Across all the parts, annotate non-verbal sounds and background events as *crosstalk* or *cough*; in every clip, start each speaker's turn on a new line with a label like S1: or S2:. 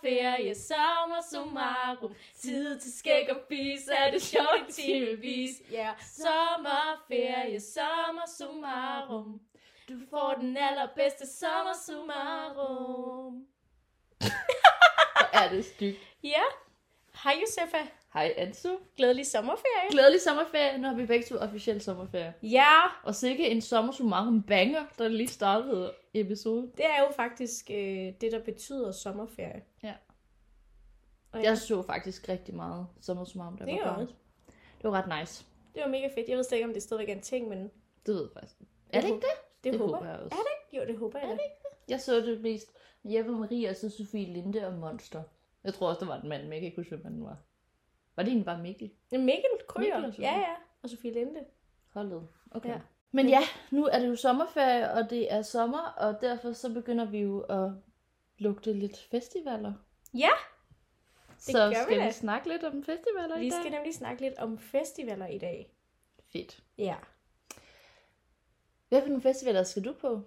S1: ferie, sommer, sommarum, tid til skæg og fis, er det sjovt i timevis.
S2: Ja.
S1: Sommerferie, sommer, sommarum, du får den allerbedste sommer, sommarum.
S3: Hvor er det stygt.
S1: Ja, hej Josefa.
S3: Hej Ansu.
S1: Glædelig sommerferie.
S3: Glædelig sommerferie. Nu har vi begge to officiel sommerferie.
S1: Ja,
S3: Og sikke en sommer summarum banger, der lige startede episoden.
S2: Det er jo faktisk øh, det, der betyder sommerferie.
S3: Ja.
S2: Og
S3: Jeg så faktisk rigtig meget sommer summarum, der
S2: Det
S3: var
S2: er
S3: barn.
S2: også.
S3: Det var ret nice.
S2: Det var mega fedt. Jeg ved slet ikke, om det stadigvæk er en ting, men det,
S3: Det ved jeg faktisk. Er det ikke det?
S2: det håber jeg.
S3: jeg også.
S2: Er Jo, det håber jeg da.
S3: Jeg så det mest Jeppe Marie og så Sofie Linde og Monster. Jeg tror også, der var en mand, men jeg kan ikke huske, hvem han var. Var det egentlig bare Mikkel?
S2: Mikkel
S3: Mikkel
S2: Kryger.
S3: og Sofie.
S2: Ja, ja. Og Sofie Linde.
S3: Holdet. Okay.
S2: Ja.
S3: Ja. Men ja, nu er det jo sommerferie, og det er sommer, og derfor så begynder vi jo at lugte lidt festivaler.
S2: Ja,
S3: så
S2: gør vi
S3: skal vi,
S2: da.
S3: snakke lidt om festivaler i
S2: Vi
S3: dag?
S2: skal nemlig snakke lidt om festivaler i dag.
S3: Fedt.
S2: Ja.
S3: Hvad for nogle festivaler skal du på?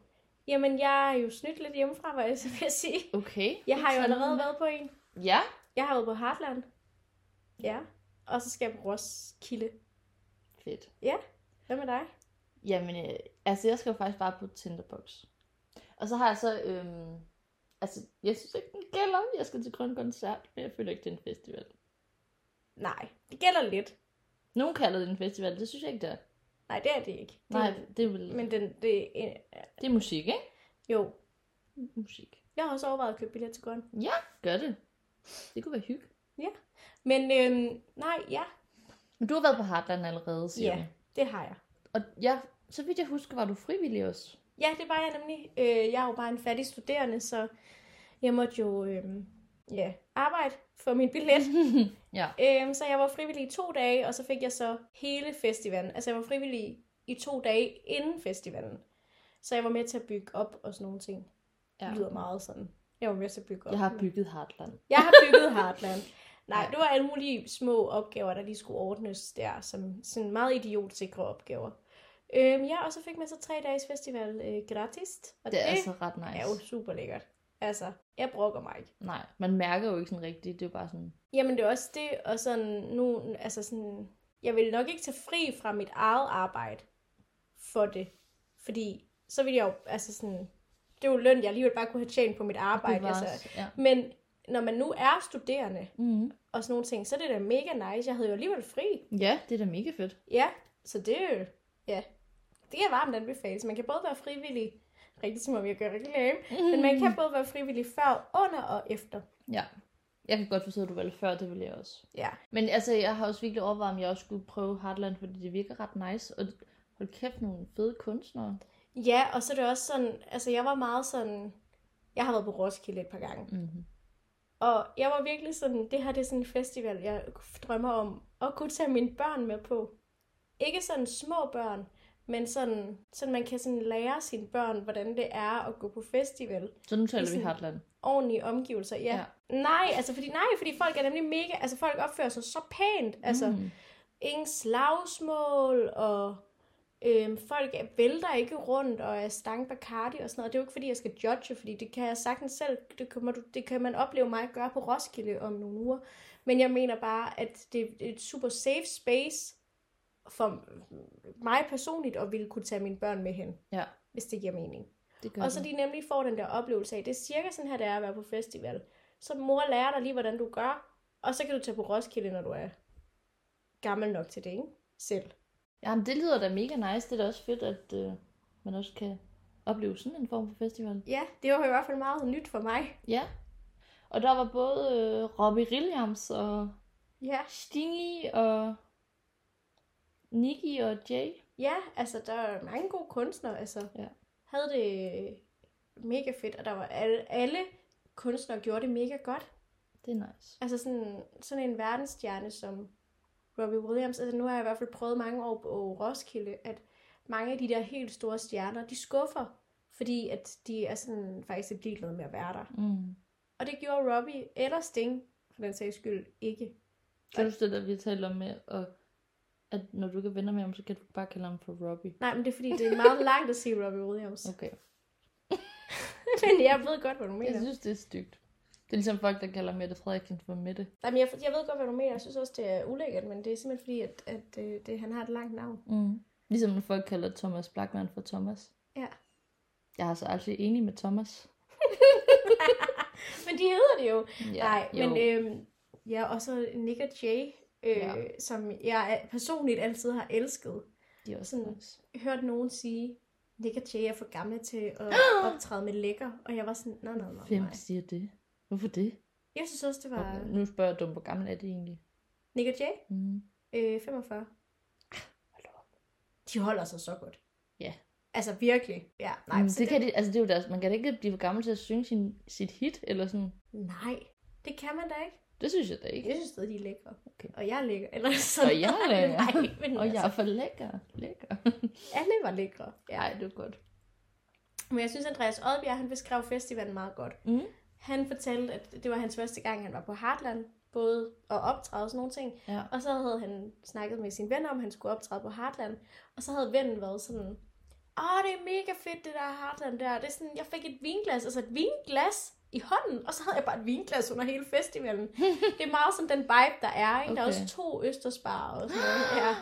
S2: Jamen, jeg er jo snydt lidt hjemmefra, hvad jeg så vil sige.
S3: Okay.
S2: Jeg har jo
S3: Sådan.
S2: allerede været på en.
S3: Ja,
S2: Jeg har været på Heartland. Ja. Og så skal jeg på Roskilde.
S3: fedt.
S2: Hvad med dig?
S3: Jamen, øh, altså jeg skal jo faktisk bare på Tinderbox. Og så har jeg så, øhm, altså jeg synes ikke, den gælder. Jeg skal til Grøn Koncert, men jeg føler ikke, det er en festival.
S2: Nej, det gælder lidt.
S3: Nogen kalder det en festival, det synes jeg ikke, det er.
S2: Nej, det er det ikke. Det,
S3: Nej, det er, vel,
S2: Men den, det, er-
S3: det er musik, ikke?
S2: jo.
S3: Musik.
S2: Jeg har også overvejet at købe billet til grøn.
S3: Gør det. Det kunne være hyggeligt.
S2: Men øhm, nej, ja,
S3: Men du har været på Heartland allerede,
S2: Ja.
S3: siger du.
S2: det har jeg.
S3: Og jeg, så vidt jeg husker, var du frivillig også.
S2: Ja, det var jeg nemlig. Øh, jeg er jo bare en fattig studerende, så jeg måtte jo øhm, ja, arbejde for min billet.
S3: *laughs* ja.
S2: Øhm, så jeg var frivillig i to dage, og så fik jeg så hele festivalen. Altså jeg var frivillig i to dage inden festivalen. Så jeg var med til at bygge op og sådan nogle ting. Ja.
S3: ja.
S2: Det lyder meget sådan. Jeg var med til at bygge op.
S3: Jeg har bygget Heartland.
S2: jeg har bygget Heartland. *laughs* Nej, det var alle mulige små opgaver, der lige skulle ordnes der, som sådan meget idiotsikre opgaver. Øhm, ja, og så fik man så tre dages festival øh, gratis. Og
S3: Det er altså ret nice.
S2: er jo super lækkert. Altså, jeg brokker mig ikke.
S3: Nej, man mærker jo ikke sådan rigtigt. Det er jo bare sådan,
S2: Jamen det er også det, og sådan nu, altså sådan, jeg vil nok ikke tage fri fra mit eget arbejde for det, fordi så ville jeg jo, altså sådan, det er jo løn, jeg alligevel bare kunne have tjent på mit arbejde,
S3: bevares.
S2: altså.
S3: Ja.
S2: Men når man nu er studerende
S3: Mm-hmm.
S2: og sådan nogle ting, så er det da mega nice. Jeg havde jo alligevel fri.
S3: ja, det er da mega fedt.
S2: Ja, så det er jo, ja, det kan varmt anbefales. Man kan både være frivillig, rigtig som om jeg gør reklame, men man kan både være frivillig før, under og efter.
S3: Ja. Jeg kan godt forstå, at du valgte før, det ville jeg også.
S2: Ja,
S3: Men altså, jeg har også virkelig overvejet, om jeg også skulle prøve Heartland, fordi det virker ret nice. Og hold kæft, nogle fede kunstnere.
S2: Ja, og så er det også sådan, altså jeg var meget sådan, jeg har været på Roskilde et par gange,
S3: Mm-hmm.
S2: og jeg var virkelig sådan, det her det er sådan en festival, jeg drømmer om at kunne tage mine børn med på. Ikke sådan små børn, men sådan, sådan man kan sådan lære sine børn, hvordan det er at gå på festival.
S3: Så nu taler vi
S2: Ligesom-
S3: Heartland.
S2: Ordentlige omgivelser, ja. ja. Nej, altså fordi, nej, fordi folk er nemlig mega, altså folk opfører sig så pænt, altså
S3: Mm.
S2: ingen slagsmål, og øhm, folk er- vælter ikke rundt og er stang Bacardi og sådan noget. Det er jo ikke, fordi jeg skal judge, fordi det kan jeg sagtens selv. Det, kommer du, det kan man opleve mig gøre på Roskilde om nogle uger. Men jeg mener bare, at det er et super safe space for mig personligt at ville kunne tage mine børn med hen.
S3: Ja.
S2: Hvis det giver mening.
S3: Det gør
S2: Og så
S3: det.
S2: de nemlig får den der oplevelse af, det er cirka sådan her, det er at være på festival. Så mor lærer dig lige, hvordan du gør, og så kan du tage på Roskilde, når du er gammel nok til det, ikke? Selv.
S3: Jamen, det lyder da mega nice. Det er da også fedt, at øh, man også kan opleve sådan en form for festival.
S2: Ja, det var i hvert fald meget nyt for mig.
S3: Ja. Og der var både øh, Robbie Williams og
S2: Ja,
S3: Stingy og Nicky og Jay.
S2: ja altså der er mange gode kunstnere, altså.
S3: Ja.
S2: Havde det mega fedt, og der var alle, alle kunstnere gjorde det mega godt.
S3: Det er nice.
S2: Altså sådan, sådan en verdensstjerne som Robbie Williams. Altså nu har jeg i hvert fald prøvet mange år på Roskilde, at mange af de der helt store stjerner, de skuffer, fordi at de er sådan faktisk lidt ligeglade med at være der.
S3: Mm.
S2: Og det gjorde Robbie eller Sting, for den sags skyld, ikke.
S3: Kan du huske det, der vi talte om med, og at når du ikke er venner med ham, så kan du bare kalde ham for Robbie.
S2: Nej, men det er fordi, det er meget langt at sige Robbie Williams.
S3: Okay.
S2: *laughs* men jeg ved godt, hvad du
S3: Jeg
S2: mener.
S3: synes, det er stygt. Det er ligesom folk, der kalder Mette Frederiksen for Mette.
S2: Jamen, jeg, jeg ved godt, hvad du mener. Jeg synes også, det er ulækkert, men det er simpelthen fordi, at, at øh, det, han har et langt navn.
S3: Mm. Ligesom når folk kalder Thomas Blackman for Thomas.
S2: Ja.
S3: Jeg er så aldrig enig med Thomas.
S2: Men de hedder det jo.
S3: Ja,
S2: Nej,
S3: jo.
S2: men øhm, ja, og så Nick og Jay, øh,
S3: Ja.
S2: ja. som jeg er- personligt altid har elsket.
S3: de er også
S2: sådan-
S3: nice.
S2: Hørt nogen sige, Nick og Jay er for gamle til
S3: *gasps*
S2: at optræde med lækker, og jeg var sådan, nej, nej, nej,
S3: Hvem
S2: nej.
S3: siger det? Hvorfor det?
S2: Jeg synes også, det var
S3: Okay. Nu spørger jeg dumt, hvor gammel er det egentlig?
S2: Nick og Jay,
S3: Mm.
S2: øh, 45.
S3: Hold op.
S2: De holder sig så godt.
S3: Ja.
S2: Altså virkelig. Ja, nej,
S3: Nej, mm,
S2: så
S3: det kan de, altså det er jo deres, man kan da ikke blive for gammel til at synge sin, sit hit, eller sådan.
S2: Nej, det kan man da ikke.
S3: Det synes jeg da ikke.
S2: Jeg synes stadig, de er lækre.
S3: Okay.
S2: Og jeg er lækker. Eller sådan.
S3: Og jeg er lækker.
S2: *laughs* Nej, men
S3: Og
S2: altså,
S3: jeg er for lækker. Lækker.
S2: alle var lækre. Ja.
S3: Nej, det er godt.
S2: Men jeg synes, Andreas Oddbjerg, han beskrev festivalen meget godt.
S3: Mm.
S2: Han fortalte, at det var hans første gang, han var på Heartland, både at optræde og sådan nogle ting.
S3: Ja.
S2: Og så havde han snakket med sin ven om, at han skulle optræde på Heartland. Og så havde vennen været sådan, åh, det er mega fedt, det der Heartland der. Det er sådan, jeg fik et vinglas, altså et vinglas i hånden, og så havde jeg bare et vinglas under hele
S3: *laughs*
S2: festivalen. det er meget sådan den vibe, der er. Ikke? Okay. Der er
S3: Okay.
S2: også to østersbarer og sådan noget. Ja,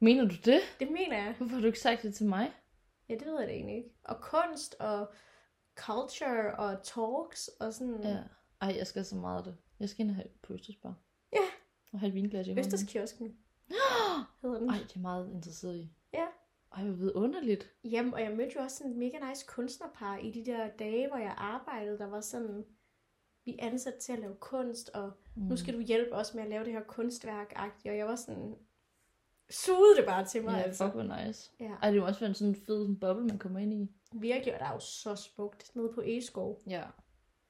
S3: Mener du det?
S2: det mener jeg.
S3: Hvorfor har du ikke sagt det til mig?
S2: Ja, det ved jeg da egentlig ikke. Og kunst og culture og talks og sådan
S3: Ja. Ej, jeg skal så meget af det. Jeg skal ind og have på Østersbar.
S2: Ja.
S3: Og have et vinglas i hånden. *gasps*
S2: Østerskiosken hedder den.
S3: Ej, det er jeg meget interesseret i.
S2: Ja.
S3: Ej, hvor vidunderligt.
S2: Jamen, og jeg mødte jo også sådan et mega nice kunstnerpar i de der dage, hvor jeg arbejdede, der var sådan, vi er ansat til at lave kunst, og
S3: Mm.
S2: nu skal du hjælpe os med at lave det her kunstværk -agtigt. og jeg var sådan, sugede det bare til mig,
S3: Ja,
S2: ja,
S3: altså.
S2: altså.
S3: fuck, hvor nice.
S2: Ja,
S3: Ej, det må også være en sådan fed sådan boble, man kommer ind i.
S2: virkelig, og der er jo så smukt nede på Eskov.
S3: Ja,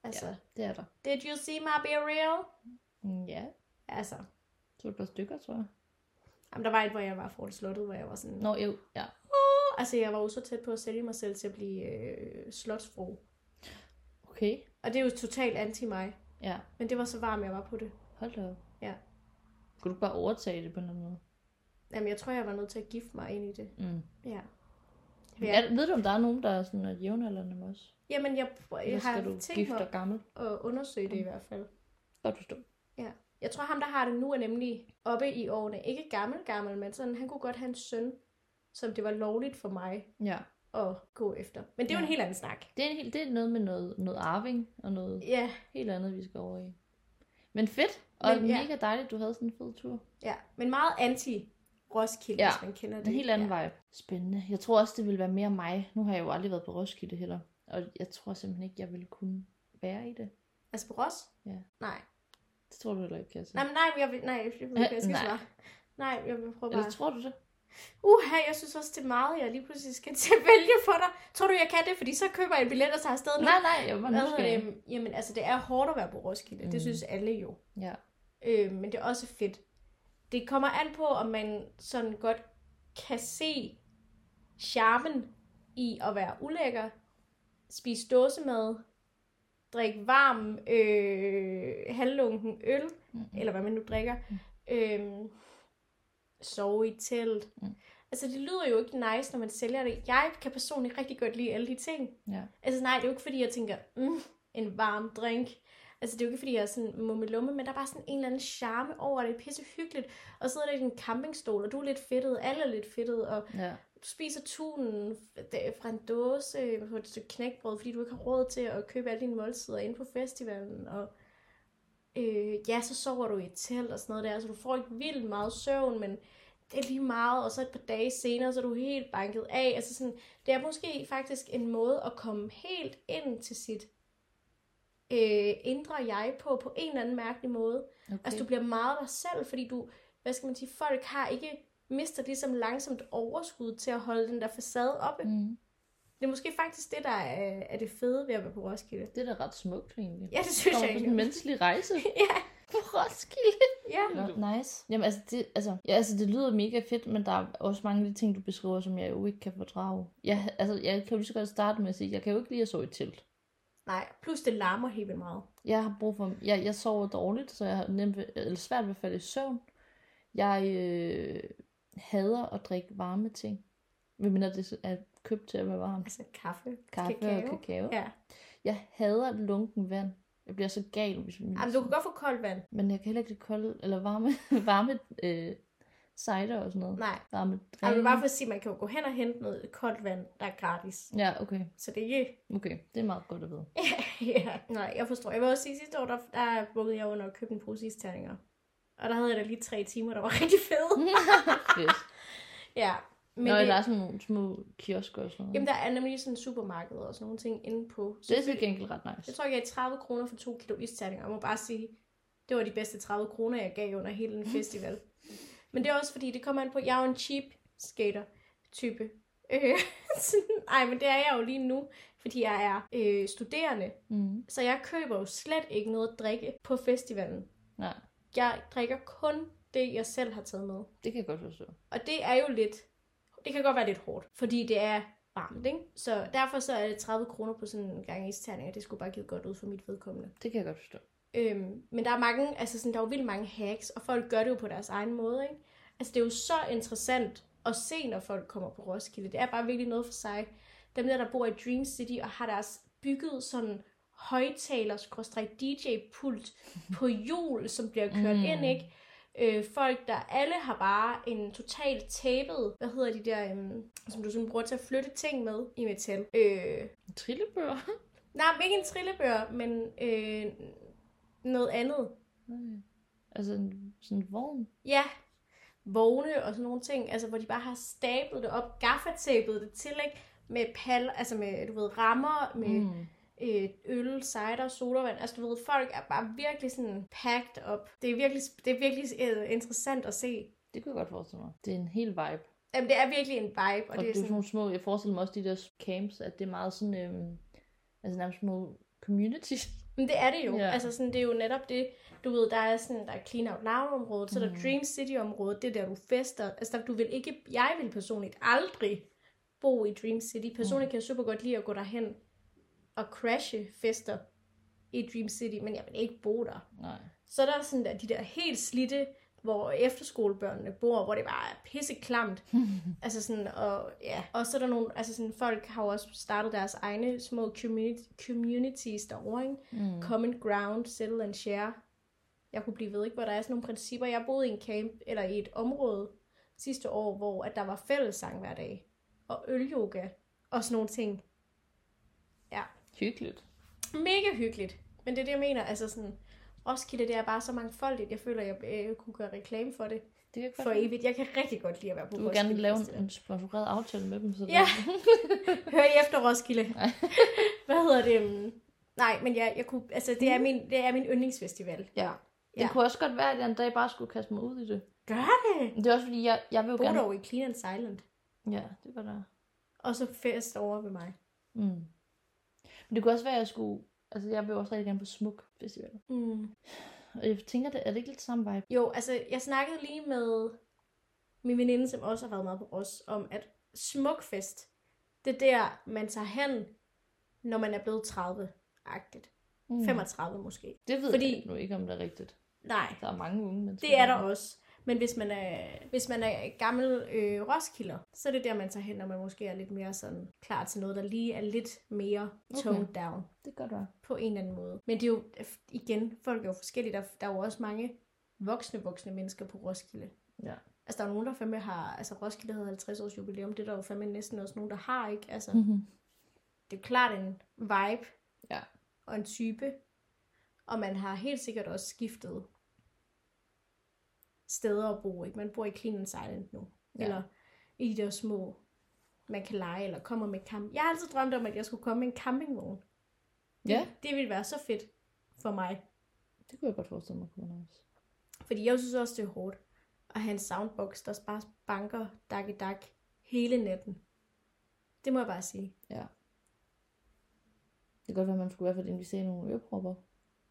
S2: Altså,
S3: ja
S2: ja.
S3: det er der.
S2: did you see my be real?
S3: Mm, Ja,
S2: Altså,
S3: så er det et par stykker, tror jeg.
S2: jamen, der var et, hvor jeg var foran slottet, hvor jeg var sådan,
S3: Nå, jo, ja.
S2: Altså, jeg var jo så tæt på at sælge mig selv til at blive øh, slotsfru.
S3: Okay,
S2: Og det er jo totalt anti mig.
S3: ja.
S2: Men det var så varmt, jeg var på det.
S3: Hold da op.
S2: Ja.
S3: Skulle du ikke bare overtage det på en eller anden måde?
S2: Jamen, jeg tror, jeg var nødt til at gifte mig ind i det.
S3: Mm.
S2: Ja.
S3: Ja.
S2: ja.
S3: ved du, om der er nogen, der er sådan øh, er jævnaldrende med os?
S2: Jamen, jeg, pr-
S3: Eller
S2: jeg
S3: skal
S2: har
S3: du
S2: tænkt
S3: gifte
S2: mig
S3: og gammel?
S2: at undersøge det i hvert fald.
S3: Godt forstå.
S2: Jeg tror, ham, der har det nu, er nemlig oppe i årene. Ikke gammel, gammel, men sådan, han kunne godt have en søn, som det var lovligt for mig
S3: Ja.
S2: at gå efter. Men det er jo
S3: Ja.
S2: en helt anden snak.
S3: Det er, en hel, det er noget med noget, noget arving og noget
S2: Ja,
S3: helt andet, vi skal over i. Men fedt, og
S2: Men
S3: Men,
S2: ja.
S3: ja. mega dejligt, du havde sådan en fed tur.
S2: ja. Men meget anti-Roskilde,
S3: Ja.
S2: hvis man kender det.
S3: En helt anden
S2: ja.
S3: ja. vibe. Spændende. Jeg tror også, det ville være mere mig. Nu har jeg jo aldrig været på Roskilde heller. Og jeg tror simpelthen ikke, jeg ville kunne være i det.
S2: Altså på Ros?
S3: Ja.
S2: Nej.
S3: Det tror du heller ikke, Kasse.
S2: Nej, men nej, jeg vil, nej, jeg, vil, jeg skal
S3: Nej.
S2: svare. Nej, jeg vil prøve
S3: Øh, Eller
S2: bare.
S3: tror du det?
S2: Uha, jeg synes også, det er meget, jeg lige pludselig skal *laughs* til at vælge for dig. Tror du, jeg kan det? Fordi så køber jeg en billet og tager afsted nu.
S3: Nej, nej, jeg var
S2: Hvad hedder
S3: nysgerrig.
S2: det? Jamen, altså, det er hårdt at være på Roskilde. Mm.
S3: Mm.
S2: Det synes alle jo.
S3: Ja.
S2: Øh, men det er også fedt. Det kommer an på, om man sådan godt kan se charmen i at være ulækker, spise dåsemad, drikke varm, øh, halvlunken øl,
S3: Mm.
S2: eller hvad man nu drikker,
S3: Mm.
S2: øhm, sove i telt.
S3: Mm.
S2: Altså, det lyder jo ikke nice, når man sælger det. Jeg kan personligt rigtig godt lide alle de ting.
S3: Ja.
S2: Altså, nej, det er jo ikke, fordi jeg tænker, mm, en varm drink. Altså, det er jo ikke, fordi jeg er sådan mummelumme, men der er bare sådan en eller anden charme over det. Det er pisse hyggeligt. Og sidder der i din campingstol, og du er lidt fedtet, alle er lidt fedtet, og
S3: ja.
S2: du spiser tunen f- fra en dåse øh, på et stykke knækbrød, fordi du ikke har råd til at købe alle dine måltider inde på festivalen. Og øh, ja, så sover du i et telt og sådan noget der, så du får ikke vildt meget søvn, men det er lige meget, og så et par dage senere, så er du helt banket af. Altså sådan, det er måske faktisk en måde at komme helt ind til sit øh, indre jeg på, på en eller anden mærkelig måde.
S3: Okay.
S2: Altså, du bliver meget dig selv, fordi du, hvad skal man sige, folk har ikke, mister ligesom langsomt overskud til at holde den der facade oppe. Mm.
S3: mm.
S2: Det er måske faktisk det, der er, er det fede ved at være på Roskilde. *laughs*
S3: Det er da ret smukt, egentlig.
S2: Ja, det synes
S3: Kommer
S2: jeg
S3: på sådan en
S2: ikke.
S3: menneskelig *laughs* rejse.
S2: Ja,
S3: på Roskilde.
S2: ja.
S3: Nå, nice. Jamen, altså det, altså, ja, altså, det lyder mega fedt, men der er også mange af de ting, du beskriver, som jeg jo ikke kan fordrage. Jeg, altså, jeg kan jo lige så godt starte med at sige, jeg kan jo ikke lide at sove i telt.
S2: Nej, plus det larmer helt vildt meget.
S3: Jeg har brug for, jeg, jeg sover dårligt, så jeg har nemt, ved- eller svært ved at falde i søvn. Jeg øh, hader at drikke varme ting, medmindre det er købt til at være varmt.
S2: Altså kaffe,
S3: Kaffe kakao. og kakao.
S2: Ja.
S3: Jeg hader lunken vand. Jeg bliver så gal, hvis vi
S2: Jamen, du kan godt få koldt vand.
S3: Men jeg kan heller ikke lide kolde, eller varme, *laughs* varme øh, cider og sådan noget.
S2: Nej.
S3: Varme
S2: Jamen,
S3: drenge.
S2: bare for at sige, man kan jo gå hen og hente noget koldt vand, der er gratis.
S3: Ja, okay.
S2: Så det er ikke... *laughs*
S3: Okay, det er meget godt at vide.
S2: ja. Nej, jeg forstår. Jeg vil også sige, at sidste år, der, der bukkede jeg under og købte en pose isterninger. Og der havde jeg da lige tre timer, der var *laughs* rigtig fede.
S3: *laughs* Fedt.
S2: Ja. Men
S3: Mm. Nå,
S2: det,
S3: der er sådan nogle små kiosker og sådan noget.
S2: jamen, der er nemlig sådan supermarked og sådan nogle ting inde på. Så
S3: det er til gengæld ret nice.
S2: jeg tror, jeg gav 30 kroner for to kilo isterninger. Jeg må bare sige, det var de bedste 30 kroner, jeg gav under hele
S3: *laughs*
S2: den festival. Men det er også fordi, det kommer an på, jeg er jo en cheap skater-type. Øh, *laughs* sådan- Ej, men det er jeg jo lige nu, fordi jeg er øh, studerende.
S3: Mm.
S2: Så jeg køber jo slet ikke noget at drikke på festivalen.
S3: Nej,
S2: Jeg drikker kun det, jeg selv har taget med.
S3: det kan jeg godt forstå.
S2: Og det er jo lidt... Det kan godt være lidt hårdt, fordi det er varmt, ikke? Så derfor så er det 30 kroner på sådan en gang isterning, og det skulle bare give godt ud for mit vedkommende.
S3: Det kan jeg godt forstå.
S2: Øhm, men der er mange, altså sådan, der er jo vildt mange hacks, og folk gør det jo på deres egen måde, ikke? Altså det er jo så interessant at se, når folk kommer på Roskilde. Det er bare virkelig noget for sig. Dem der, der bor i Dream City og har deres bygget sådan højtaler, skråstreg DJ-pult på hjul, som bliver kørt mm.
S3: Mm.
S2: ind, ikke? Øh, folk, der alle har bare en totalt tabet, hvad hedder de der, øhm, som du sådan bruger til at flytte ting med i metal. Øh, *laughs*
S3: Trillebøger?
S2: nej, men ikke en trillebør, men øh, noget andet.
S3: Nej. Altså en, sådan en vogn?
S2: Ja, vogne og sådan nogle ting, altså hvor de bare har stablet det op, gaffatapet det til, ikke? Med pal, altså med, du ved, rammer, med mm. øh, øl, cider, sodavand. Altså du ved, folk er bare virkelig sådan packed op. Det er virkelig, det er virkelig øh, interessant at se.
S3: Det kunne jeg godt forestille mig. Det er en hel vibe.
S2: Jamen, det er virkelig en vibe, og,
S3: Og det er sådan
S2: sådan,
S3: nogle små, jeg forestiller mig også de der camps, at det er meget sådan, øhm, altså nærmest små communities. *laughs*
S2: men det er det jo.
S3: Ja.
S2: Altså sådan, det er jo netop det, du ved, der er sådan, der er Clean Out Loud-området, så er der
S3: Mhm.
S2: Dream City-området, det er der, du fester. Altså, der, du vil ikke, jeg vil personligt aldrig bo i Dream City.
S3: Mhm.
S2: Personligt kan jeg super godt lide at gå derhen og crashe fester i Dream City, men jeg vil ikke bo der.
S3: Nej.
S2: Så er der sådan der, de der helt slitte, hvor efterskolebørnene bor, hvor det bare er pisseklamt. altså sådan, og ja. Og så er der nogle, altså sådan, folk har jo også startet deres egne små communi- communities derovre, ikke?
S3: Mm.
S2: Common ground, settle and share. Jeg kunne blive ved, ikke? Hvor der er sådan nogle principper. Jeg boede i en camp, eller i et område sidste år, hvor at der var fællessang hver dag. Og ølyoga. Og sådan nogle ting.
S3: Hyggeligt.
S2: Mega hyggeligt. Men det er det, jeg mener. Altså sådan, Roskilde, det er bare så mangfoldigt. Jeg føler, jeg øh, kunne gøre reklame for det
S3: Det kan jeg godt
S2: for
S3: lide.
S2: evigt. Jeg kan rigtig godt lide at være på
S3: Du vil
S2: Roskilde
S3: gerne lave en,
S2: Festival.
S3: en sponsoreret aftale med dem. Så
S2: Ja. Hør I efter Roskilde. *laughs* Hvad hedder det? Mm, Nej, men jeg, jeg kunne, altså,
S3: Mm.
S2: det, er min, det er min yndlingsfestival.
S3: ja. Det
S2: Ja.
S3: kunne også godt være, at jeg en dag bare skulle kaste mig ud i det.
S2: Gør det!
S3: Men Det er også fordi, jeg, jeg vil jo
S2: Bor
S3: gerne...
S2: dog i Clean and Silent.
S3: Ja, det var der.
S2: Og så fest over ved mig.
S3: Mm. Men det kunne også være, at jeg skulle... Altså, jeg vil jo også rigtig gerne på Smuk Festival.
S2: Mm.
S3: Og jeg tænker, det, er det ikke lidt samme vibe?
S2: Jo, altså, jeg snakkede lige med min veninde, som også har været meget på os, om at smukfest, det er der, man tager hen, når man er blevet 30-agtigt.
S3: Mm.
S2: 35 måske.
S3: Det
S2: Fordi-
S3: ved fordi... jeg nu ikke, om det er rigtigt.
S2: Nej,
S3: Der er mange unge mennesker.
S2: det er der også. Men hvis man er, hvis man er gammel øh, roskilder, så er det der, man tager hen, når man måske er lidt mere sådan klar til noget, der lige er lidt mere
S3: Okay.
S2: toned down.
S3: Det gør der. *laughs*
S2: på en eller anden måde. Men det er jo, igen, folk er jo forskellige. Der, der er jo også mange voksne, voksne mennesker på Roskilde.
S3: Ja.
S2: Altså, der er jo nogen, der fandme har... Altså, Roskilde havde 50 års jubilæum. Det er der jo fandme næsten også nogen, der har, ikke? Altså, mm.
S3: Mm-hmm.
S2: det er klart en vibe.
S3: Ja.
S2: Og en type. Og man har helt sikkert også skiftet steder at bo, ikke? Man bor i Clean and Silent nu. Ja.
S3: Ja.
S2: Eller i de der små, man kan lege, eller kommer med camp. Jeg har altid drømt om, at jeg skulle komme med en campingvogn.
S3: Ja,
S2: Det ville være så fedt for mig.
S3: det kunne jeg godt forestille mig kunne være nice.
S2: Fordi jeg synes også, det er hårdt at have en soundbox, der bare banker dak i dak hele natten. Det må jeg bare sige.
S3: Det kan godt være, at man skulle i hvert fald invitere nogle ørepropper.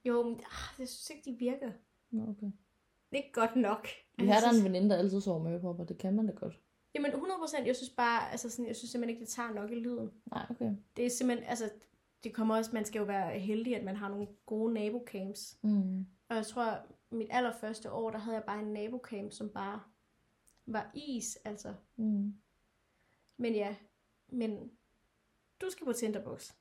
S2: Jo, men ah, jeg synes ikke, de virker.
S3: Nå, okay.
S2: Det er ikke godt nok.
S3: Vi har
S2: Jeg
S3: da
S2: synes,
S3: en veninde, der altid sover med ørepropper. Det kan man da godt.
S2: Jamen 100 procent, jeg synes bare, altså sådan, jeg synes simpelthen ikke, det tager nok i lyden.
S3: Nej, okay.
S2: Det er simpelthen, altså, det kommer også, man skal jo være heldig, at man har nogle gode nabocamps.
S3: Mm.
S2: Og jeg tror, mit allerførste år, der havde jeg bare en nabocamp, som bare var is, altså.
S3: Mm.
S2: Men ja, men du skal på Tinderbox.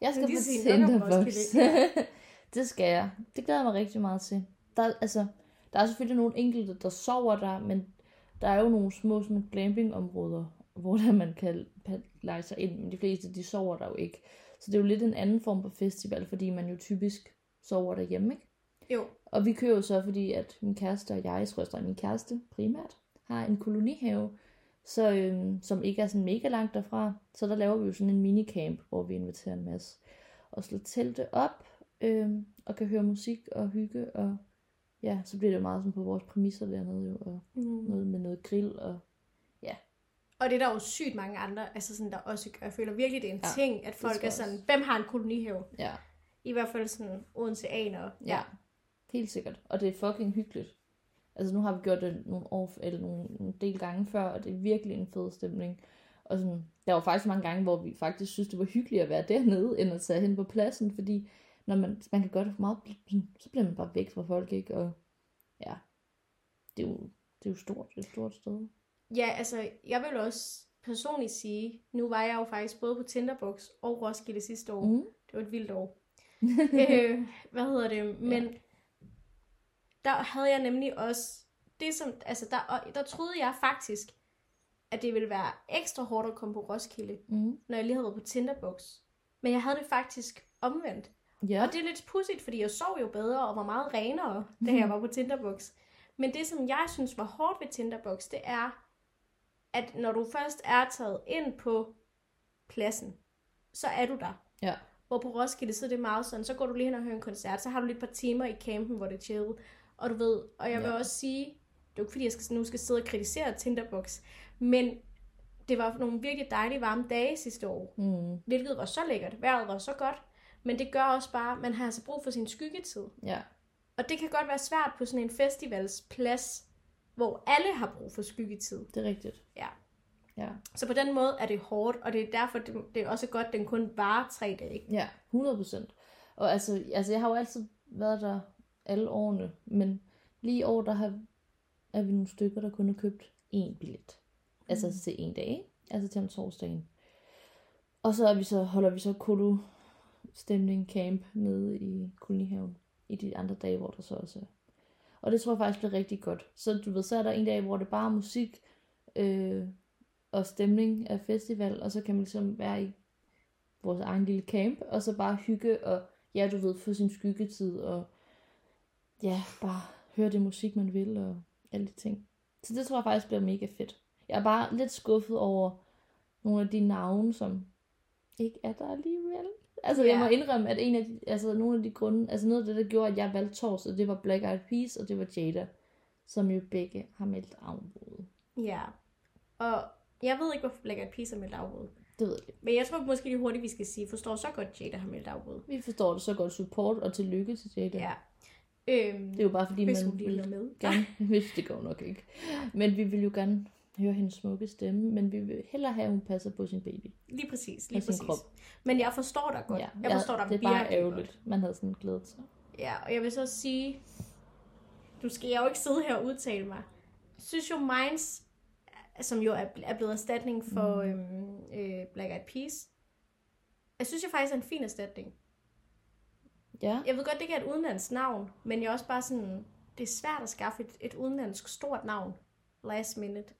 S3: Jeg skal
S2: lige
S3: på
S2: sige nok om
S3: Tinderbox.
S2: Roskilde,
S3: *laughs* Det skal jeg. Det glæder jeg mig rigtig meget til. Der, er- altså, der er selvfølgelig nogle enkelte, der sover der, men der er jo nogle små sådan glampingområder, hvor der man kan pa- lege sig ind, men de fleste, de sover der jo ikke. Så det er jo lidt en anden form for festival, fordi man jo typisk sover derhjemme, ikke?
S2: Jo.
S3: Og vi kører jo så, fordi at min kæreste og jeg, skrøster min kæreste primært, har en kolonihave, så, øhm, som ikke er sådan mega langt derfra. Så der laver vi jo sådan en minicamp, hvor vi inviterer en masse og slår teltet op øhm, og kan høre musik og hygge. Og ja, så bliver det jo meget sådan på vores præmisser dernede jo, og
S2: Mm.
S3: noget med noget grill. Og,
S2: Og det er der jo sygt mange andre, altså sådan, der også gør. Jeg føler virkelig, det er en
S3: Ja,
S2: ja, ting, at folk
S3: tror
S2: er
S3: jeg
S2: sådan,
S3: også.
S2: hvem har en kolonihave?
S3: ja,
S2: I hvert fald sådan odenseaner.
S3: ja, helt sikkert. Og det er fucking hyggeligt. Altså nu har vi gjort det nogle år, eller nogle, en del gange før, og det er virkelig en fed stemning. Og sådan, der var faktisk mange gange, hvor vi faktisk synes, det var hyggeligt at være dernede, end at tage hen på pladsen, fordi når man, man kan gøre det for meget, så bliver man bare væk fra folk, ikke? Og ja, det er jo, det er jo stort, det er et stort sted.
S2: Ja, altså, jeg vil også personligt sige, nu var jeg jo faktisk både på Tinderbox og Roskilde sidste år. Mm.
S3: Mm.
S2: Det var et vildt år. øh, hvad hedder det? Men ja. der havde jeg nemlig også, det som, altså der, og der troede jeg faktisk, at det ville være ekstra hårdt at komme på Roskilde,
S3: Mm.
S2: når jeg lige havde været på Tinderbox. Men jeg havde det faktisk omvendt.
S3: Ja,
S2: Og det er lidt pudsigt, fordi jeg sov jo bedre og var meget renere, da jeg
S3: Mhm.
S2: var på Tinderbox. Men det, som jeg synes var hårdt ved Tinderbox, det er, at når du først er taget ind på pladsen, så er du der.
S3: Ja.
S2: Hvor på Roskilde, så er det meget sådan, så går du lige hen og hører en koncert, så har du lige et par timer i campen, hvor det er chill. Og du ved, og jeg vil
S3: Ja.
S2: også sige, det er jo ikke fordi, jeg skal, nu skal sidde og kritisere Tinderbox, men det var nogle virkelig dejlige varme dage sidste år
S3: mm.
S2: hvilket var så lækkert, vejret var så godt, men det gør også bare, at man har altså brug for sin skyggetid.
S3: ja,
S2: Og det kan godt være svært på sådan en festivalsplads, hvor alle har brug for skyggetid.
S3: det er rigtigt.
S2: Ja.
S3: Ja,
S2: Så på den måde er det hårdt, og det er derfor, det, det er også godt, at den kun varer tre dage.
S3: Ja, 100 procent. Og altså, altså, jeg har jo altid været der alle årene, men lige i år, der har, er vi nogle stykker, der kun har købt én billet. Altså
S2: Mm.
S3: til en dag, ikke? altså til om torsdagen. Og så, er vi så holder vi så kolo stemning camp nede i kolonihaven i de andre dage, hvor der så også er. Og det tror jeg faktisk bliver rigtig godt. Så du ved, så er der en dag, hvor det bare er musik øh, og stemning af festival, og så kan man ligesom være i vores egen lille camp, og så bare hygge og, ja, du ved, få sin skyggetid, og ja, bare høre det musik, man vil, og alle de ting. Så det tror jeg faktisk bliver mega fedt. Jeg er bare lidt skuffet over nogle af de navne, som ikke er der alligevel. Altså, jeg
S2: Ja.
S3: må indrømme, at en af de, altså, nogle af de grunde, altså noget af det, der gjorde, at jeg valgte torsdag, det var Black Eyed Peas, og det var Jada, som jo begge har meldt afbrudet.
S2: Ja. Og jeg ved ikke, hvorfor Black Eyed Peas har meldt afbud.
S3: Det ved jeg ikke.
S2: Men jeg tror måske lige hurtigt, vi skal sige, forstår så godt Jada har meldt afbud.
S3: Vi forstår det så godt. Support og tillykke til Jada.
S2: Ja. Øhm,
S3: Det er jo bare fordi,
S2: hvis
S3: man
S2: hun lige
S3: vil
S2: hører med.
S3: gerne, *laughs* hvis det går nok ikke. Men vi vil jo gerne høre hendes smukke stemme, men vi vil hellere have, at hun passer på sin baby.
S2: Lige præcis,
S3: Og
S2: lige
S3: sin
S2: præcis.
S3: krop.
S2: Men jeg forstår dig godt. jeg forstår dig
S3: det er bare
S2: virkelig godt.
S3: ærgerligt. Man havde sådan glædet sig.
S2: Ja, og jeg vil så sige, du skal jeg jo ikke sidde her og udtale mig. Jeg synes jo, Minds, som jo er, er blevet erstatning for mm. øhm, øh, Black Eyed Peas, jeg synes jo faktisk er en fin erstatning.
S3: Ja,
S2: Jeg ved godt, det ikke er et udenlandsk navn, men jeg er også bare sådan, det er svært at skaffe et, et udenlandsk stort navn. Last minute.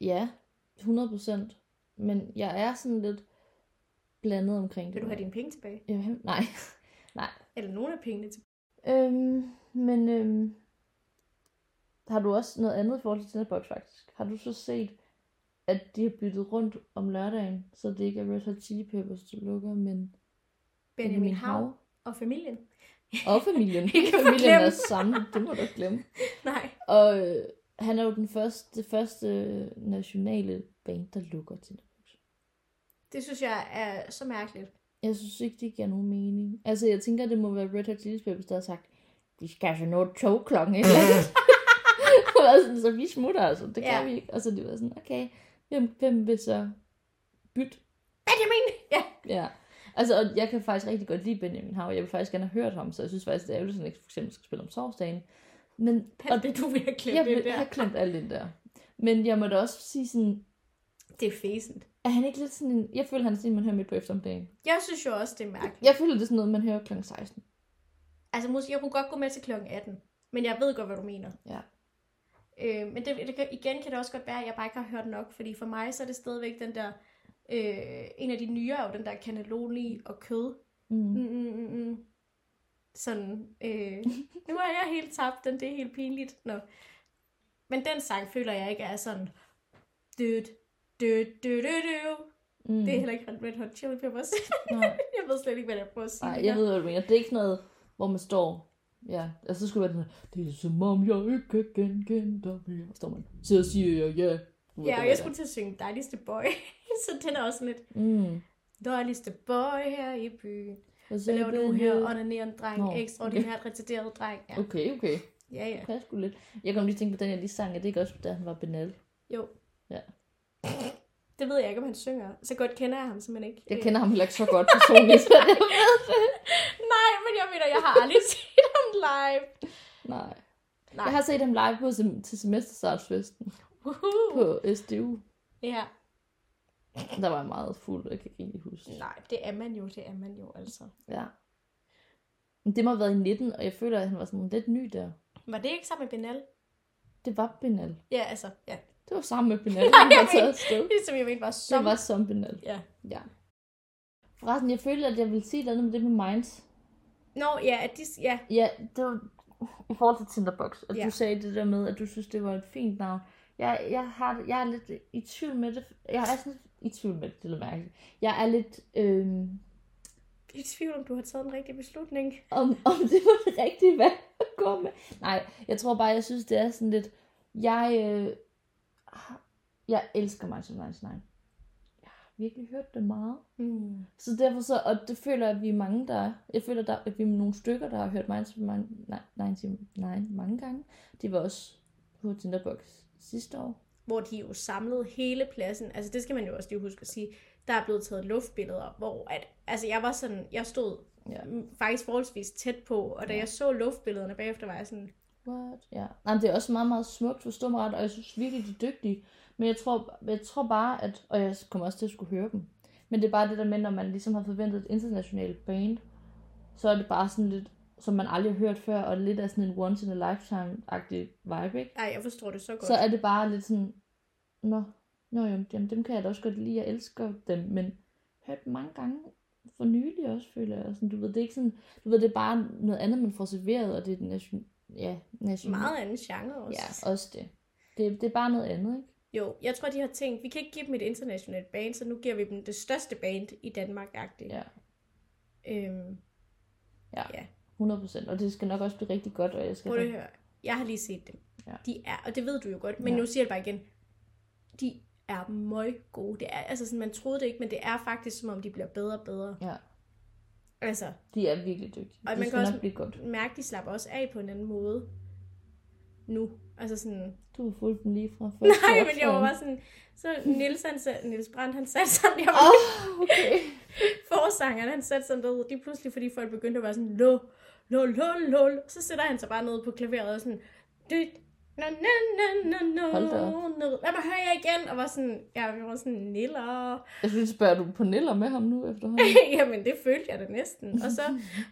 S3: ja, 100 procent. Men jeg er sådan lidt blandet omkring det.
S2: Vil du have dine penge tilbage?
S3: Jeg vil have... Nej. *laughs*
S2: Eller nogle af pengene tilbage?
S3: Øhm, men øhm, har du også noget andet i forhold til Tinderbox faktisk? Har du så set, at de har byttet rundt om lørdagen, så det ikke er Red Hot Chili Peppers, der lukker, men
S2: Benjamin Hav og familien? *laughs*
S3: Og familien.
S2: Ikke at
S3: familien er
S2: forglemme.
S3: sammen. Det må du ikke glemme.
S2: Nej.
S3: Og øh, han er jo den første, det første øh, nationale band, der lukker til
S2: Det synes jeg er så mærkeligt.
S3: Jeg synes ikke, det giver nogen mening. Altså, jeg tænker, det må være Red Hot Chili Peppers, der har sagt, vi skal altså nå togklokken, *laughs* ikke? Og jeg var sådan, så vi smutter altså, det kan
S2: Ja.
S3: vi ikke. Og så det var sådan, okay, hvem, hvem vil så bytte?
S2: Benjamin! Ja,
S3: Ja. Altså, og jeg kan faktisk rigtig godt lide Benjamin Hav, jeg vil faktisk gerne have hørt ham, så jeg synes faktisk, det er ærgerligt, at han ikke for eksempel skal spille om torsdagen. Men, og
S2: Pat, *laughs* det du vil have
S3: jeg
S2: klemt
S3: vil
S2: det der.
S3: have klemt alt ind der. Men jeg må da også sige sådan,
S2: Det er fæsent.
S3: Er han ikke lidt sådan en... Jeg føler, han er sådan en, man hører midt på eftermiddagen.
S2: Jeg synes jo også, det er mærkeligt.
S3: Jeg føler, det er sådan noget, man hører kl. 16.
S2: Altså, måske, jeg kunne godt gå med til klokken 18. Men jeg ved godt, hvad du mener.
S3: Ja.
S2: Øh, men det, det, kan- igen kan det også godt være, at jeg bare ikke har hørt nok. Fordi for mig, så er det stadigvæk den der... Øh, en af de nyere er jo den der cannelloni og kød.
S3: Mm.
S2: Mm, mm, mm, mm. Sådan,
S3: *laughs*
S2: øh, nu er jeg helt tabt, den det er helt pinligt. Nå. Men den sang føler jeg ikke er sådan... Død, død, død, død, død.
S3: Mm.
S2: Det er heller ikke Red Hot Chili Peppers. *laughs*
S3: Nej.
S2: jeg ved slet ikke, hvad jeg prøver at sige.
S3: Nej,
S2: lige
S3: jeg
S2: nu.
S3: ved, hvad du mener. Det er ikke sådan noget, hvor man står... Ja, og så skulle det være sådan, det er som om jeg ikke kan genkende dig mere. Står man, så siger jeg ja. Du ved
S2: Ja,
S3: godt,
S2: og
S3: hvad
S2: jeg skulle til at synge Dejligste Boy, *laughs* så den er også sådan lidt
S3: det er. Mm.
S2: Dejligste Boy her i byen.
S3: Hvad
S2: Hvad laver du her?
S3: det?
S2: Onanerende dreng,
S3: Nå,
S2: Nå, ekstraordinært okay. retarderet dreng. Ja,
S3: Okay, okay.
S2: ja, ja.
S3: Det kan jeg sgu lidt. Jeg kom lige tænke på den, jeg lige sang. Er det ikke også, da han var banal?
S2: Jo.
S3: Ja.
S2: Det ved jeg ikke, om han synger. Så godt kender jeg ham simpelthen ikke.
S3: Jeg
S2: Øh,
S3: kender ham heller ikke så godt personligt, *laughs* så jeg ved det.
S2: *laughs* Nej, men jeg mener, jeg har aldrig *laughs* set ham live.
S3: Nej.
S2: Nej.
S3: Jeg har set ham live på sem- til semesterstartsfesten på
S2: Uhuh.
S3: SDU.
S2: Ja.
S3: Der var jeg meget fuld, og jeg kan ikke rigtig huske. det.
S2: Nej, det er man jo, det er man jo altså.
S3: Ja. Men det må have været i 19, og jeg føler, at han var sådan lidt ny der.
S2: Var det ikke sammen med Benal?
S3: Det var Benal.
S2: Ja, altså, ja. *laughs*
S3: Det var sammen med *laughs* Benal, han var
S2: jeg
S3: taget
S2: mener-
S3: afsted.
S2: Det er som jeg mente var som...
S3: Det var som Benal.
S2: Ja.
S3: ja. Forresten, jeg følte, at jeg ville sige noget med det med Minds.
S2: Nå, ja, at de... Ja,
S3: Ja, det var i forhold til Tinderbox, at ja.
S2: Ja.
S3: du sagde det der med, at du synes, det var et fint navn. Jeg, jeg, har, jeg er lidt i tvivl med det. Jeg er sådan i tvivl med det, det lyder mærkeligt. Jeg er lidt øh,
S2: jeg er i tvivl, om du har taget en rigtig beslutning.
S3: om, om det var det rigtige valg at gå med. Nej, jeg tror bare, jeg synes, det er sådan lidt... Jeg, øh, har- jeg elsker mig som nej. Jeg har virkelig hørt det meget.
S2: Mm.
S3: Så derfor så, og det føler jeg, at vi er mange, der er. Jeg føler, der, at vi er nogle stykker, der har hørt Minds mange, nej, nej, nej, mange gange. Det var også på Tinderbox sidste år.
S2: hvor de jo samlede hele pladsen. Altså det skal man jo også lige huske at sige. Der er blevet taget luftbilleder, hvor at, altså jeg var sådan, jeg stod
S3: Ja.
S2: mm, faktisk forholdsvis tæt på, og da
S3: Ja.
S2: jeg så luftbillederne bagefter, var jeg sådan,
S3: What? Ja. Nej, men det er også meget, meget smukt, forstå mig ret, og jeg synes virkelig, de er dygtige. Men jeg tror, jeg tror bare, at, og jeg kommer også til at skulle høre dem, men det er bare det der med, når man ligesom har forventet et internationalt band, så er det bare sådan lidt, som man aldrig har hørt før, og lidt af sådan en once in a lifetime-agtig vibe, ikke?
S2: nej, jeg forstår det så godt.
S3: så er det bare lidt sådan, nå, nå jo, jamen, dem kan jeg da også godt lide, jeg elsker dem, men hørt dem mange gange for nylig også, føler jeg. og Sådan, du ved, det er ikke sådan, du ved, det er bare noget andet, man får serveret, og det er den nation, ja, nation,
S2: Meget anden genre også.
S3: ja, også det. det. Det er bare noget andet, ikke?
S2: Jo, jeg tror, de har tænkt, vi kan ikke give dem et internationalt band, så nu giver vi dem det største band i Danmark-agtigt.
S3: Ja.
S2: Øhm,
S3: 100%, og det skal nok også blive rigtig godt, og jeg skal...
S2: prøv lige at høre. Jeg har lige set dem.
S3: Ja.
S2: De er, og det ved du jo godt, men
S3: Ja.
S2: ja. nu siger jeg det bare igen. De er møg gode. Det er, altså sådan, man troede det ikke, men det er faktisk, som om de bliver bedre og bedre.
S3: Ja,
S2: Altså,
S3: de er virkelig dygtige.
S2: Og
S3: det
S2: man
S3: skal
S2: kan
S3: nok
S2: også-
S3: blive godt.
S2: mærke, de slapper også af på en anden måde nu. Altså sådan,
S3: Du har fulgt dem *laughs* lige fra før.
S2: *laughs* nej, men jeg var bare sådan, så Niels, han, sat- Niels Brandt, han satte sådan, jeg
S3: *laughs*
S2: var
S3: Åh, oh, okay.
S2: forsangeren, han satte sådan ned, lige pludselig, fordi folk begyndte at være sådan, lå, lå, lå, lå, så sætter han sig bare ned på klaveret og sådan, dyt, no, no, no, no, no,
S3: Hold da
S2: no, lad mig høre jer igen, og var sådan, ja, vi var sådan, niller, *laughs*
S3: Jeg synes, spørger du på Niller med ham nu efterhånden?
S2: Jamen, det følte jeg da næsten. Og så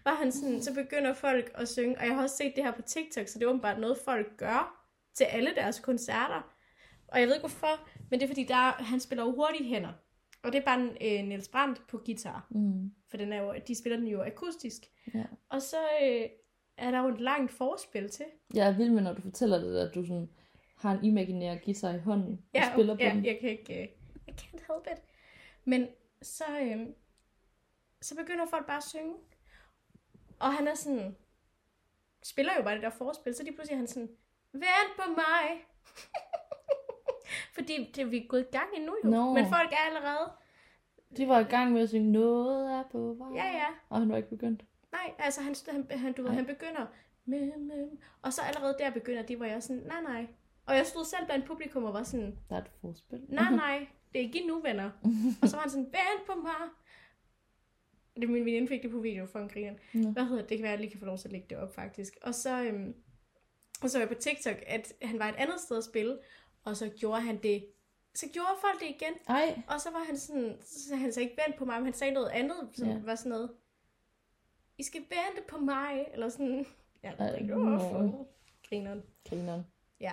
S2: var han sådan, så begynder folk at synge, og jeg har også set det her på TikTok, så det er åbenbart noget, folk gør til alle deres koncerter. Og jeg ved ikke hvorfor, men det er fordi, der, er- han spiller jo hurtige hænder. Og det er bare øh, Niels Brandt på guitar,
S3: Mm.
S2: for den er jo, de spiller den jo akustisk.
S3: Ja.
S2: Og så øh, er der jo et langt forspil til.
S3: Jeg er vild med, når du fortæller det, at du sådan har en imaginær guitar i hånden og spiller på
S2: ja,
S3: den.
S2: jeg kan ikke... Øh, I can't help it. Men så, øh, så begynder folk bare at synge. Og han er sådan... Spiller jo bare det der forspil, så lige pludselig er han sådan... Vent på mig! *laughs* Fordi det, vi er gået i gang endnu jo.
S3: Nå.
S2: Men folk er allerede...
S3: De var i gang med at synge Noget er på vej.
S2: Ja, ja.
S3: Og han var ikke begyndt.
S2: Nej, altså han, han, han, du ved,
S3: Ej.
S2: han begynder... Mem, mem. Og så allerede der begynder det, hvor jeg er sådan... Nej, nej. Og jeg stod selv blandt publikum og var sådan...
S3: Der er et forspil.
S2: nej, nej, det er ikke nu, venner. og så var han sådan, vent på mig. Det er min veninde fik det på video for en grineren.
S3: Nå.
S2: Hvad hedder det? Det kan være, at jeg lige kan få lov til at lægge det op, faktisk. Og så, øhm, og så var jeg på TikTok, at han var et andet sted at spille, og så gjorde han det så gjorde folk det igen.
S3: Ej,
S2: Og så var han sådan, så han så ikke vendt på mig, men han sagde noget andet, som
S3: Ja.
S2: ja. var sådan noget, I skal vente på mig, eller sådan. Jeg ved
S3: Ej,
S2: ikke,
S3: nå.
S2: hvorfor. Grineren.
S3: grineren.
S2: Ja.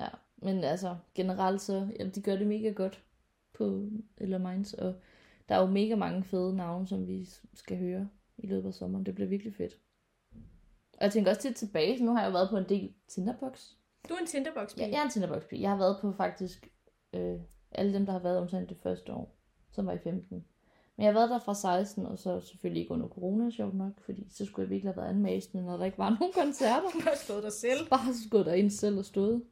S3: Ja, men altså generelt så, ja, de gør det mega godt på eller Minds, og der er jo mega mange fede navne, som vi s- skal høre i løbet af sommeren. Det bliver virkelig fedt. Og jeg tænker også tit tilbage, så nu har jeg jo været på en del Tinderbox.
S2: Du er en tinderbox
S3: Ja, jeg er en tinderbox Jeg har været på faktisk øh, alle dem, der har været omtrent det første år, som var i 15. Men jeg har været der fra 16, og så selvfølgelig ikke under corona, sjovt nok, fordi så skulle jeg virkelig have været anmæsende, når der ikke var nogen koncerter.
S2: Du har slået dig selv.
S3: Bare så skulle der ind selv og stået.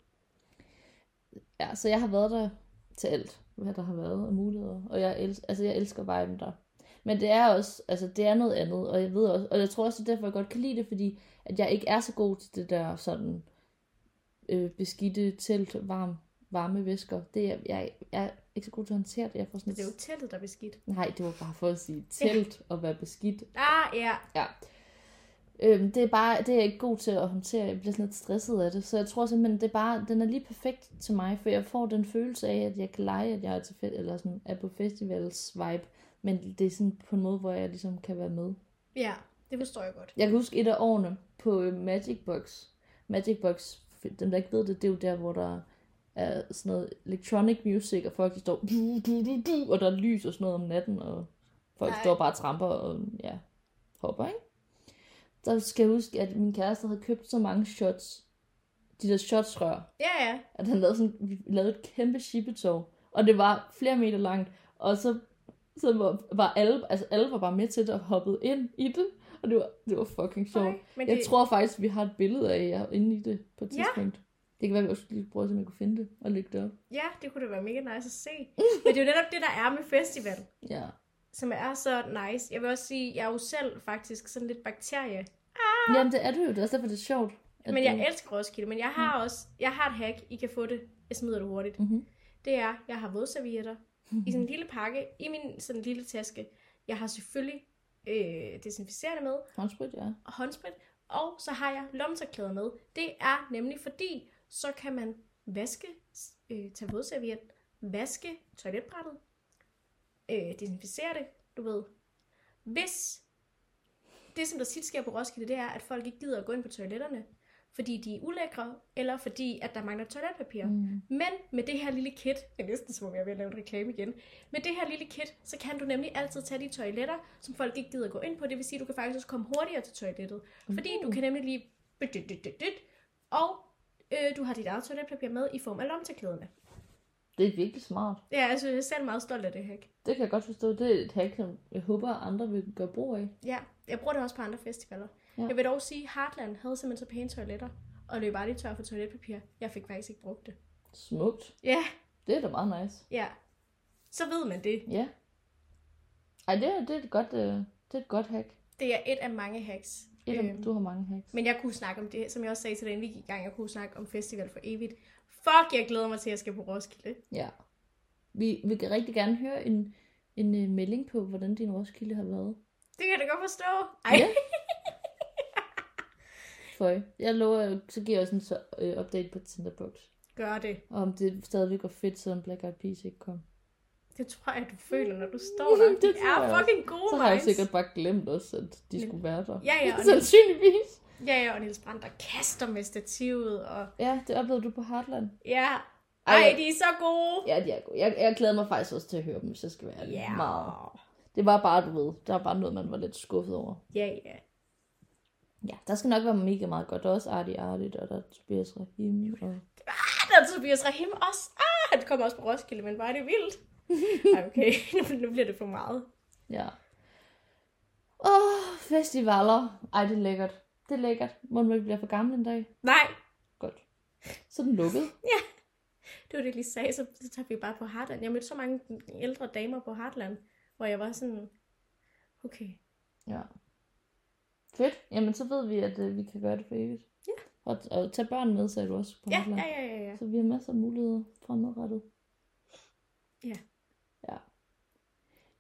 S3: Ja, så jeg har været der til alt, hvad der har været af muligheder. Og jeg, els- altså, jeg elsker viben der. Men det er også, altså det er noget andet, og jeg ved også, og jeg tror også, det er derfor, jeg godt kan lide det, fordi at jeg ikke er så god til det der sådan øh, beskidte telt, varm, varme væsker. Det er, jeg, jeg er ikke så god til at håndtere det. Jeg får sådan,
S2: Det er jo teltet, der er beskidt.
S3: Nej, det var bare for at sige telt og være beskidt.
S2: Ah, ja.
S3: Ja. Øhm, det er bare, det er jeg ikke god til at håndtere. Jeg bliver sådan lidt stresset af det. Så jeg tror simpelthen, det er bare, den er lige perfekt til mig, for jeg får den følelse af, at jeg kan lege, at jeg er, til fe- eller sådan, er på festivals vibe. Men det er sådan på en måde, hvor jeg ligesom kan være med.
S2: Ja, det forstår jeg godt.
S3: Jeg kan huske et af årene på øh, Magic Box. Magic Box, for dem der ikke ved det, det er jo der, hvor der er sådan noget electronic music, og folk de står, du, du, du, du, og der er lys og sådan noget om natten, og folk
S2: Nej.
S3: står bare og tramper og ja, hopper, ikke? Der skal jeg huske, at min kæreste havde købt så mange shots, de der shotsrør,
S2: Ja, ja.
S3: at han lavede, sådan, vi lavede et kæmpe shippetog, og det var flere meter langt, og så, så var, var alle, altså alle var bare med til det og hoppede ind i det, og det var, det var fucking sjovt.
S2: Ej, men
S3: Jeg
S2: det,
S3: tror faktisk, vi har et billede af jer inde i det på et
S2: Ja.
S3: tidspunkt. Det kan være, at vi også lige prøver, om jeg kunne finde det og lægge det op.
S2: Ja, det kunne da være mega nice at se. Men det er jo netop det, der er med festival,
S3: Ja.
S2: som er så nice. Jeg vil også sige, jeg er jo selv faktisk sådan lidt bakterie.
S3: Jamen, det er det jo. Det er også derfor, det er sjovt. at
S2: Men
S3: du- Mm.
S2: jeg elsker Roskilde, men jeg har også, jeg har et hack, I kan få det, jeg smider det hurtigt.
S3: Mhm.
S2: Det er, jeg har vådservietter i sådan en lille pakke, i min sådan lille taske. Jeg har selvfølgelig øh, desinficerende med,
S3: Håndsprit, ja.
S2: og håndsprit, og så har jeg lommetørklæder med. Det er nemlig fordi, så kan man vaske, øh, tage vådserviet, vaske toiletbrættet, øh, desinficere det, du ved. Hvis det, som der tit sker på Roskilde, det er, at folk ikke gider at gå ind på toiletterne, fordi de er ulækre, eller fordi, at der mangler toiletpapir. Mm.
S3: Mm.
S2: Men med det her lille kit, det er næsten som om jeg er ved at lave en reklame igen, med det her lille kit, så kan du nemlig altid tage de toiletter, som folk ikke gider gå ind på. Det vil sige, at du kan faktisk også komme hurtigere til toilettet, fordi
S3: Uh.
S2: du kan nemlig lige... byt-dyt-dyt-dyt, Og øh, du har dit eget toiletpapir med i form af lomteklæderne.
S3: Det er virkelig smart.
S2: Ja, altså, jeg er selv meget stolt af det her.
S3: Det kan jeg godt forstå. Det er et hack, som jeg håber, andre vil gøre brug af.
S2: Ja, jeg bruger det også på andre festivaler.
S3: Ja.
S2: Ja. Jeg vil dog sige, at Heartland havde simpelthen så pæne toiletter, og løb aldrig tør for toiletpapir. Jeg fik faktisk ikke brugt det.
S3: Smukt.
S2: Ja,
S3: Det er da meget nice.
S2: ja. Så ved man det.
S3: Ja. Ej, det er, det er, et, godt, øh, det er et godt hack.
S2: Det er et af mange hacks.
S3: Et,
S2: Øhm,
S3: øhm. Du har mange hacks.
S2: Men jeg kunne snakke om det, som jeg også sagde til dig, inden vi gik i gang, jeg kunne snakke om festival for evigt. Fuck, jeg glæder mig til, at jeg skal på Roskilde.
S3: Ja. Vi vi kan rigtig gerne høre en, en øh, melding på, hvordan din Roskilde har været.
S2: Det kan jeg da godt forstå. Ej,
S3: Ja. Føj. Jeg lover, så giver jeg også en så, øh, update på Tinderbox.
S2: gør det.
S3: Og om det stadigvæk var fedt, siden Black Eyed Peas ikke kom.
S2: Det tror jeg, du føler, når du står der.
S3: Det
S2: Det
S3: tror jeg
S2: er fucking gode
S3: så har jeg
S2: minds.
S3: sikkert bare glemt også, at de
S2: Oh, Men-
S3: skulle være der.
S2: Ja,
S3: *laughs*
S2: ja, og det-
S3: Sandsynligvis.
S2: Ja, ja, og Niels Brandt, der kaster med stativet. Og...
S3: Ja, det oplevede du på Heartland.
S2: Ja.
S3: Ej.
S2: Ej, de er så gode.
S3: Ja, de er gode. Jeg, jeg glæder mig faktisk også til at høre dem, hvis jeg skal være
S2: Ja.
S3: meget. Det var bare, du ved, der var bare noget, man var lidt skuffet over.
S2: Ja, ja.
S3: Ja, der skal nok være mega meget godt. Der er også Artie Artie, og der er Tobias Rahim. Og...
S2: Ah, der er Tobias Rahim også. Ah, han kommer også på Roskilde, men hvor er det
S3: *laughs*
S2: vildt. Ej, okay. *laughs* Nu- nu bliver det for meget.
S3: Ja. Åh, festivaler. Ej, det er lækkert. Det er lækkert. Må man ikke blive for gammel en dag?
S2: Nej,
S3: Godt. Så er den lukket.
S2: Det var det, jeg lige sagde, så, så tager vi bare på Heartland. Jeg mødte så mange ældre damer på Heartland, hvor jeg var sådan, okay,
S3: Ja. Fedt. Jamen, så ved vi, at øh, vi kan gøre det for evigt.
S2: Ja.
S3: Og, og tage børn med, sagde du også på
S2: ja,
S3: Heartland.
S2: ja, ja, ja, ja.
S3: Så vi har masser af muligheder fremadrettet.
S2: Ja.
S3: Ja.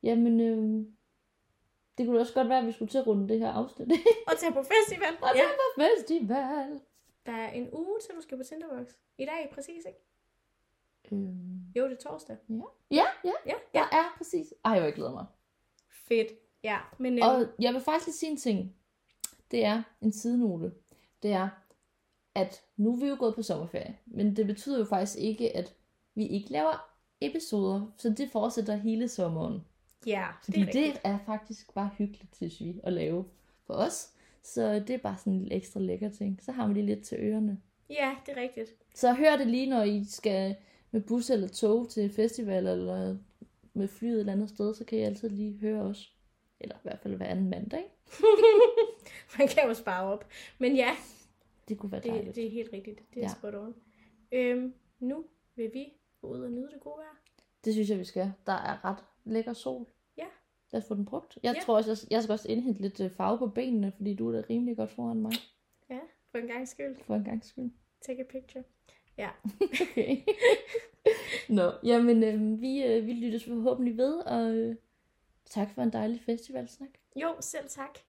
S3: Jamen, øh, det kunne da også godt være, at vi skulle til at runde det her afsnit. *laughs*
S2: Og tage på festival.
S3: Og
S2: Ja.
S3: tage på festival.
S2: Der er en uge, til du skal på Tinderbox. I dag, præcis, ikke?
S3: Øhm.
S2: Jo, det er torsdag.
S3: Ja, ja,
S2: Ja,
S3: ja, ja, præcis. Ej, hvor jeg glæder mig.
S2: Fedt. Ja, men øhm,
S3: Og jeg vil faktisk lige sige en ting. Det er en sidenote. Det er, at nu er vi jo gået på sommerferie. Men det betyder jo faktisk ikke, at vi ikke laver episoder. Så det fortsætter hele sommeren.
S2: ja,
S3: Fordi det
S2: rigtigt.
S3: er, det er faktisk bare hyggeligt, synes vi, at lave for os. Så det er bare sådan en lille ekstra lækker ting. Så har man det lidt til ørerne.
S2: Ja, det er
S3: *laughs*
S2: rigtigt.
S3: Så hør det lige, når I skal med bus eller tog til festival, eller med flyet et eller andet sted, så kan I altid lige høre os. Eller i hvert fald hver anden mandag.
S2: Man kan jo spare op. Men ja,
S3: Det kunne være dejligt.
S2: det, det er helt rigtigt. Det er
S3: Ja.
S2: ja. spot on. Øhm, nu vil vi gå ud og nyde det gode vejr.
S3: Det synes jeg, vi skal. Der er ret lækker sol.
S2: Ja.
S3: Lad os få den brugt. Jeg
S2: Ja.
S3: tror også, jeg, jeg skal også indhente lidt øh, farve på benene, fordi du er da rimelig godt foran mig,
S2: Ja, for en gang skyld.
S3: for en
S2: *laughs*
S3: gang skyld.
S2: Take a picture.
S3: Okay. Nå, jamen øh, vi, øh, vi lyttes forhåbentlig ved, og øh, tak for en dejlig festivalsnak.
S2: Jo, selv tak.